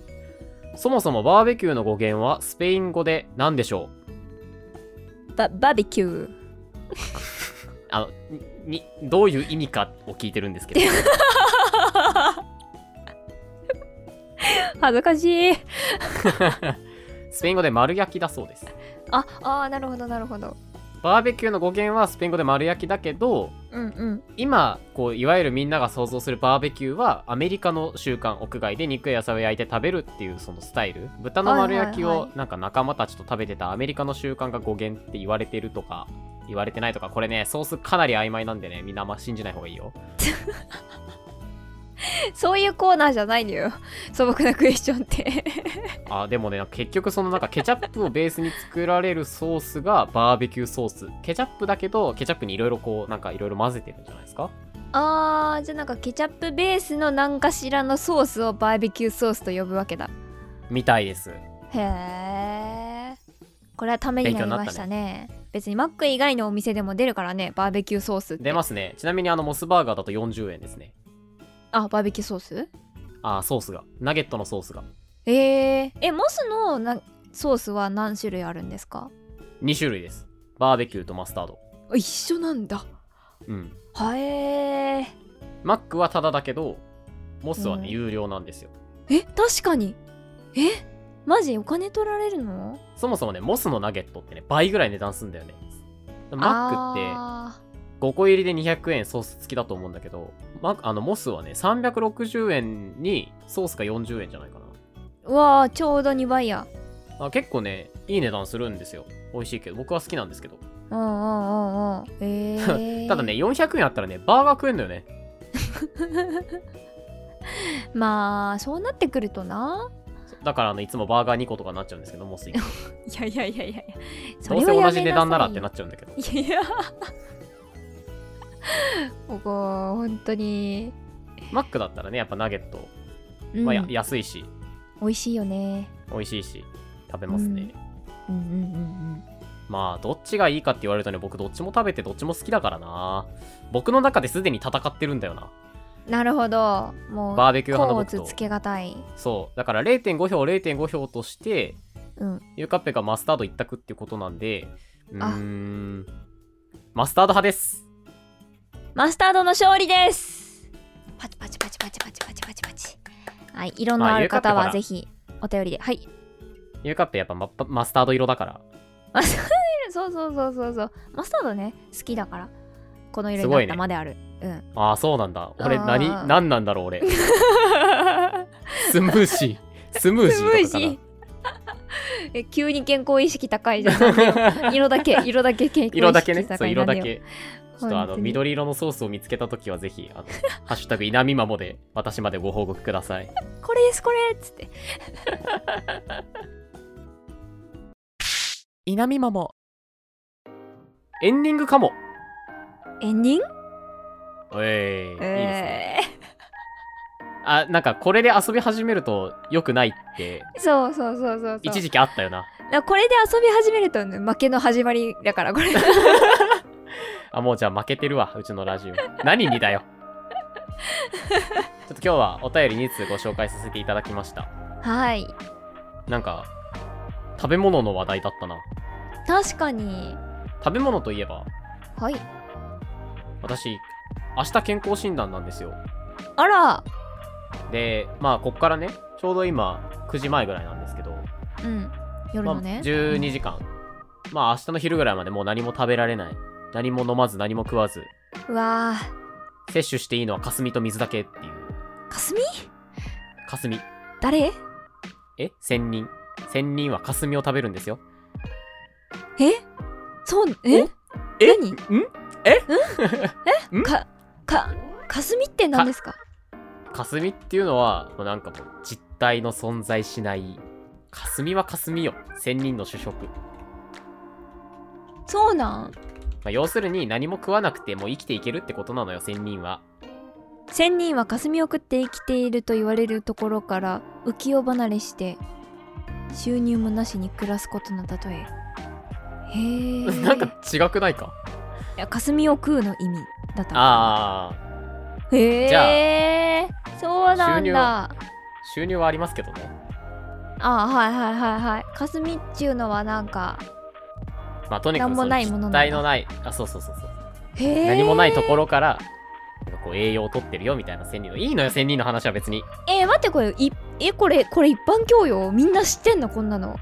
Speaker 1: そもそもバーベキューの語源はスペイン語で何でしょう
Speaker 2: ババーベキュー
Speaker 1: あのににどういう意味かを聞いてるんです けど
Speaker 2: 恥ずかしい
Speaker 1: スペイン語で丸焼きだそうです
Speaker 2: ああーなるほどなるほど
Speaker 1: バーベキューの語源はスペイン語で丸焼きだけど
Speaker 2: うんうん
Speaker 1: 今こういわゆるみんなが想像するバーベキューはアメリカの習慣屋外で肉や野菜を焼いて食べるっていうそのスタイル豚の丸焼き
Speaker 2: はいはい
Speaker 1: を
Speaker 2: は
Speaker 1: なんか仲間たちと食べてたアメリカの習慣が語源って言われてるとか言われてないとかこれねソースかなり曖昧なんでねみんなあんま信じない方がいいよ
Speaker 2: そういうコーナーじゃないのよ素朴なクエスチョンって
Speaker 1: あでもねなんか結局そのなんかケチャップをベースに作られるソースがバーベキューソースケチャップだけどケチャップにいろいろこうなんかいろいろ混ぜてるんじゃないですか
Speaker 2: あーじゃあなんかケチャップベースの何かしらのソースをバーベキューソースと呼ぶわけだ
Speaker 1: みたいです
Speaker 2: へえこれはためになりましたね別にマック以外のお店でも出るからねバーベキューソースって
Speaker 1: 出ますねちなみにあのモスバーガーだと40円ですね
Speaker 2: あバーベキューソース
Speaker 1: あソースがナゲットのソースが
Speaker 2: えー、えモスのなソースは何種類あるんですか
Speaker 1: 2種類ですバーベキューとマスタード
Speaker 2: あ一緒なんだ
Speaker 1: うん
Speaker 2: はえー、
Speaker 1: マックはタダだけどモスはね、
Speaker 2: うん
Speaker 1: 有料なんですよ
Speaker 2: え確かにえマジお金取られるの
Speaker 1: そもそもねモスのナゲットってね倍ぐらい値段すんだよねマックって
Speaker 2: あ
Speaker 1: 5個入りで200円ソース付きだと思うんだけどマあのモスはね360円にソースが40円じゃないか
Speaker 2: ーうわあちょうど2倍や
Speaker 1: なあ結構ねいい値段するんですよ美味しいけど僕は好きなんですけど
Speaker 2: うんうんうんうんえー
Speaker 1: ただね400円あったらねバーガー食えんだよね
Speaker 2: まあそうなってくるとな
Speaker 1: だからあのいつもバーガー2個とかになっちゃうんですけどモス1個
Speaker 2: いやいやいやいやいや そ
Speaker 1: どう
Speaker 2: れ
Speaker 1: せ
Speaker 2: はや
Speaker 1: 同
Speaker 2: めなさ
Speaker 1: じ
Speaker 2: い
Speaker 1: 値段ならってなっちゃうんだけど
Speaker 2: いやいやここ本当に、
Speaker 1: マックだったらねやっぱナゲット
Speaker 2: うん
Speaker 1: まあや安いし
Speaker 2: 美味しいよね
Speaker 1: 美味しいし食べますね、
Speaker 2: うんうんうんうん
Speaker 1: まあどっちがいいかって言われるとね僕どっちも食べてどっちも好きだからな僕の中ですでに戦ってるんだよな
Speaker 2: うんなるほどもう
Speaker 1: バーベキュー派の
Speaker 2: コーツ
Speaker 1: 僕
Speaker 2: つ
Speaker 1: と
Speaker 2: けがたい
Speaker 1: そうだから0.5票0.5票として
Speaker 2: うん
Speaker 1: ゆうかっぺがマスタード一択っていうことなんでう
Speaker 2: あ
Speaker 1: ーんマスタード派です
Speaker 2: マスタードの勝利ですパチパチパチパチパチパチパチパチはい色のある方
Speaker 1: ま
Speaker 2: は
Speaker 1: あ
Speaker 2: ぜひお便りではい
Speaker 1: ゆうかっぺやっぱママスタード色だから
Speaker 2: マスタードそうそうそうそうそうマスタードね好きだからこの色
Speaker 1: す
Speaker 2: に
Speaker 1: ご
Speaker 2: ないっ
Speaker 1: ね
Speaker 2: たまで ある、うん
Speaker 1: ああそうなんだ俺
Speaker 2: あー
Speaker 1: 何何なんだろう俺スムージースムージーと かかな
Speaker 2: え急に健康意識高いじゃん なんでよ色だけ色だけ健康意識高い
Speaker 1: 色だけねそう色だ
Speaker 2: なんでよ
Speaker 1: けちょっとあの
Speaker 2: 本当に
Speaker 1: 緑色のソースを見つけた時はぜひあの ハッシュタグ稲見まもで私までご報告ください
Speaker 2: これですこれっつって
Speaker 1: 稲見まもエンディングかも
Speaker 2: エンディン
Speaker 1: えー、いいですね
Speaker 2: え
Speaker 1: あなんかこれで遊び始めると良くないって
Speaker 2: ーそうそうそうそうそう
Speaker 1: 一時期あったよな
Speaker 2: だからこれで遊び始めると、ね、負けの始まりだから これ
Speaker 1: あもうじゃあ負けてるわうちのラジオ何にだ よちょっと今日はお便り2通ご紹介させていただきました
Speaker 2: はい
Speaker 1: なんか食べ物の話題だったな
Speaker 2: 確かに
Speaker 1: 食べ物といえば
Speaker 2: はい
Speaker 1: 私明日健康診断なんですよ
Speaker 2: あら
Speaker 1: でまあこっからねちょうど今9時前ぐらいなんですけど、
Speaker 2: うん夜
Speaker 1: まあ
Speaker 2: のね、
Speaker 1: 12時間、まあ明日の昼ぐらいまでもう何も食べられない何も飲まず何も食わず
Speaker 2: うわ
Speaker 1: 摂取していいのはかすみと水だけっていう
Speaker 2: ーかすみ
Speaker 1: かすみ
Speaker 2: 誰
Speaker 1: え仙人仙人はかすみを食べるんですよ
Speaker 2: えそうえ
Speaker 1: え
Speaker 2: 何
Speaker 1: んん
Speaker 2: かかかすみって何ですか
Speaker 1: かすみっていうのはもうなんかもう実体の存在しないかすみはかすみよ仙人の主食、ま
Speaker 2: そうなん
Speaker 1: あ、要するに何も食わなくても生きていけるってことなのよ仙人は
Speaker 2: 仙人は霞を食って生きていると言われるところから浮世離れして収入もなしに暮らすことの例えへえ
Speaker 1: なんか違くないか
Speaker 2: いや霞を食うの意味だった
Speaker 1: ああ
Speaker 2: あ
Speaker 1: じゃ
Speaker 2: へえそうなん
Speaker 1: 収入
Speaker 2: だ
Speaker 1: 収入はありますけどね
Speaker 2: あーはいはいはいはい霞っちゅうのはなんか
Speaker 1: まあとにかく
Speaker 2: な
Speaker 1: そ
Speaker 2: んも
Speaker 1: の
Speaker 2: ないも
Speaker 1: 実
Speaker 2: のなんだ
Speaker 1: 体のないあそうそうそうそう
Speaker 2: へえ
Speaker 1: 何もないところからなんかこう栄養を取ってるよみたいな仙人のいいのよ仙人の話は別に
Speaker 2: えー、待ってこれいえこれこれ一般教養みんな知ってんのこんなの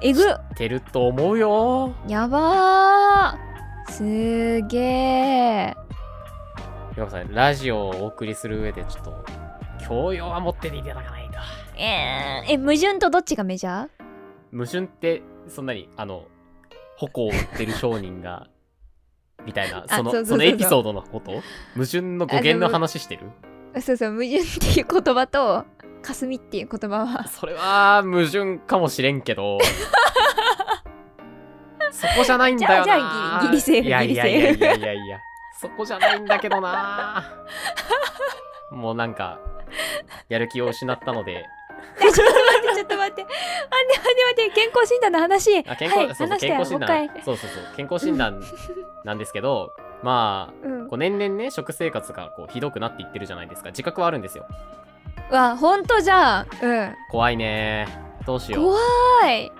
Speaker 2: えぐ
Speaker 1: てると思うよ
Speaker 2: やばーすーげえ
Speaker 1: ようこさんラジオをお送りする上でちょっと教養は持ってていただかないと
Speaker 2: えー、え矛盾とどっちがメジャー
Speaker 1: 矛盾ってそんなにあの矛を売ってる商人がみたいな
Speaker 2: あ
Speaker 1: その
Speaker 2: そうそ
Speaker 1: そ
Speaker 2: うそうそう
Speaker 1: のエピソードのこと矛盾の語源の話してる
Speaker 2: そうそう矛盾っていう言葉と霞っていう言葉 は
Speaker 1: それは矛盾かもしれんけ どそこじゃないんだよな
Speaker 2: じゃあじゃあギリギリセーフ
Speaker 1: いや
Speaker 2: ギリ
Speaker 1: い
Speaker 2: セ
Speaker 1: やい
Speaker 2: ー
Speaker 1: や
Speaker 2: フ
Speaker 1: いやいやいやそこじゃないんだけど なもうなんかやる気を失ったので
Speaker 2: えちょっと待ってちょっと待って待って待って待って健康診断の話
Speaker 1: あ健康、
Speaker 2: はい
Speaker 1: そうそう
Speaker 2: 話して
Speaker 1: 健康診
Speaker 2: もう
Speaker 1: 断
Speaker 2: 一回
Speaker 1: そうそうそう健康診断なんですけど、まあ
Speaker 2: うん
Speaker 1: こう年々ね食生活がこうひどくなっていってるじゃないですか自覚はあるんですよ
Speaker 2: わほんとじゃんうん
Speaker 1: 怖いねどうしよう
Speaker 2: 怖い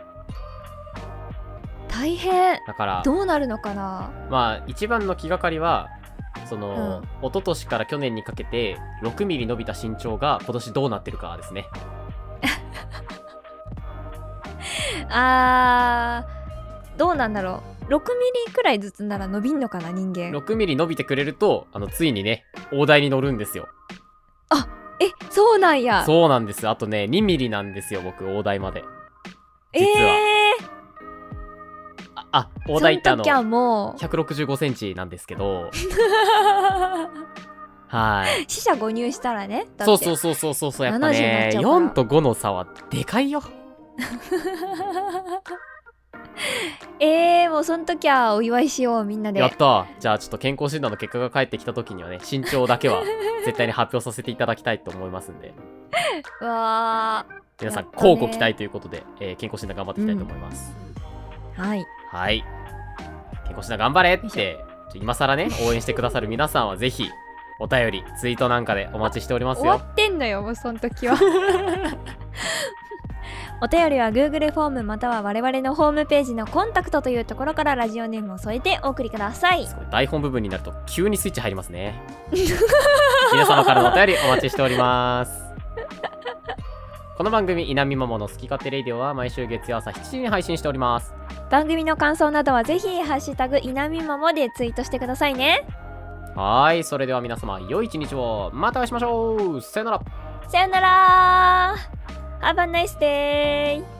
Speaker 2: 大変
Speaker 1: だから
Speaker 2: どうなるのかな
Speaker 1: まあ一番の気がかりはその、一昨年から去年にかけて6ミリ伸びた身長が今年どうなってるかですね
Speaker 2: あーどうなんだろう6ミリくらいずつなら伸びんのかな人間
Speaker 1: 6ミリ伸びてくれるとあのついにね大台に乗るんですよ
Speaker 2: えそうなんや
Speaker 1: そうなんですあとね2ミリなんですよ僕大台まで
Speaker 2: え
Speaker 1: 実は
Speaker 2: え
Speaker 1: ああ
Speaker 2: ー、
Speaker 1: 大台ってあ
Speaker 2: そ
Speaker 1: の
Speaker 2: ん時は もう
Speaker 1: 1 6 5ンチなんですけ どはい
Speaker 2: 死者誤入したらねだって
Speaker 1: そうそうそうそうそうそうやっぱ
Speaker 2: 70にな
Speaker 1: ね
Speaker 2: っちゃうから
Speaker 1: 4と5の差はでかいよ
Speaker 2: えー、もうその時はお祝いしようみんなで
Speaker 1: やったじゃあちょっと健康診断の結果が返ってきた時にはね身長だ けは絶対に発表させていただきたいと思いますんで
Speaker 2: わ
Speaker 1: 皆さん
Speaker 2: やったね
Speaker 1: 乞うご期待ということで、えー健康診断頑張っていきたいと思います、
Speaker 2: ーはい
Speaker 1: はい健康診断頑張れってちょ今更ね応援してくださる皆さんはぜひお便りツイートなんかでお待ちしております
Speaker 2: 終わ
Speaker 1: よ
Speaker 2: ってんのよもうそ の時はお便りは Google フォームまたは我々のホームページのコンタクトというところからラジオネームを添えてお送りください
Speaker 1: すごい台本部分になると急にスイッチ入りますね皆様からのお便りお待ちしております この番組「稲見ママの好き勝手レイディオ」は毎週月曜朝7時に配信しております
Speaker 2: 番組の感想などはぜひ「ハッシュタグいなみまも」でツイートしてくださいね
Speaker 1: はーい、それでは皆様、良い一日を、またお会いしましょうさよなら
Speaker 2: さよなら Have a nice day!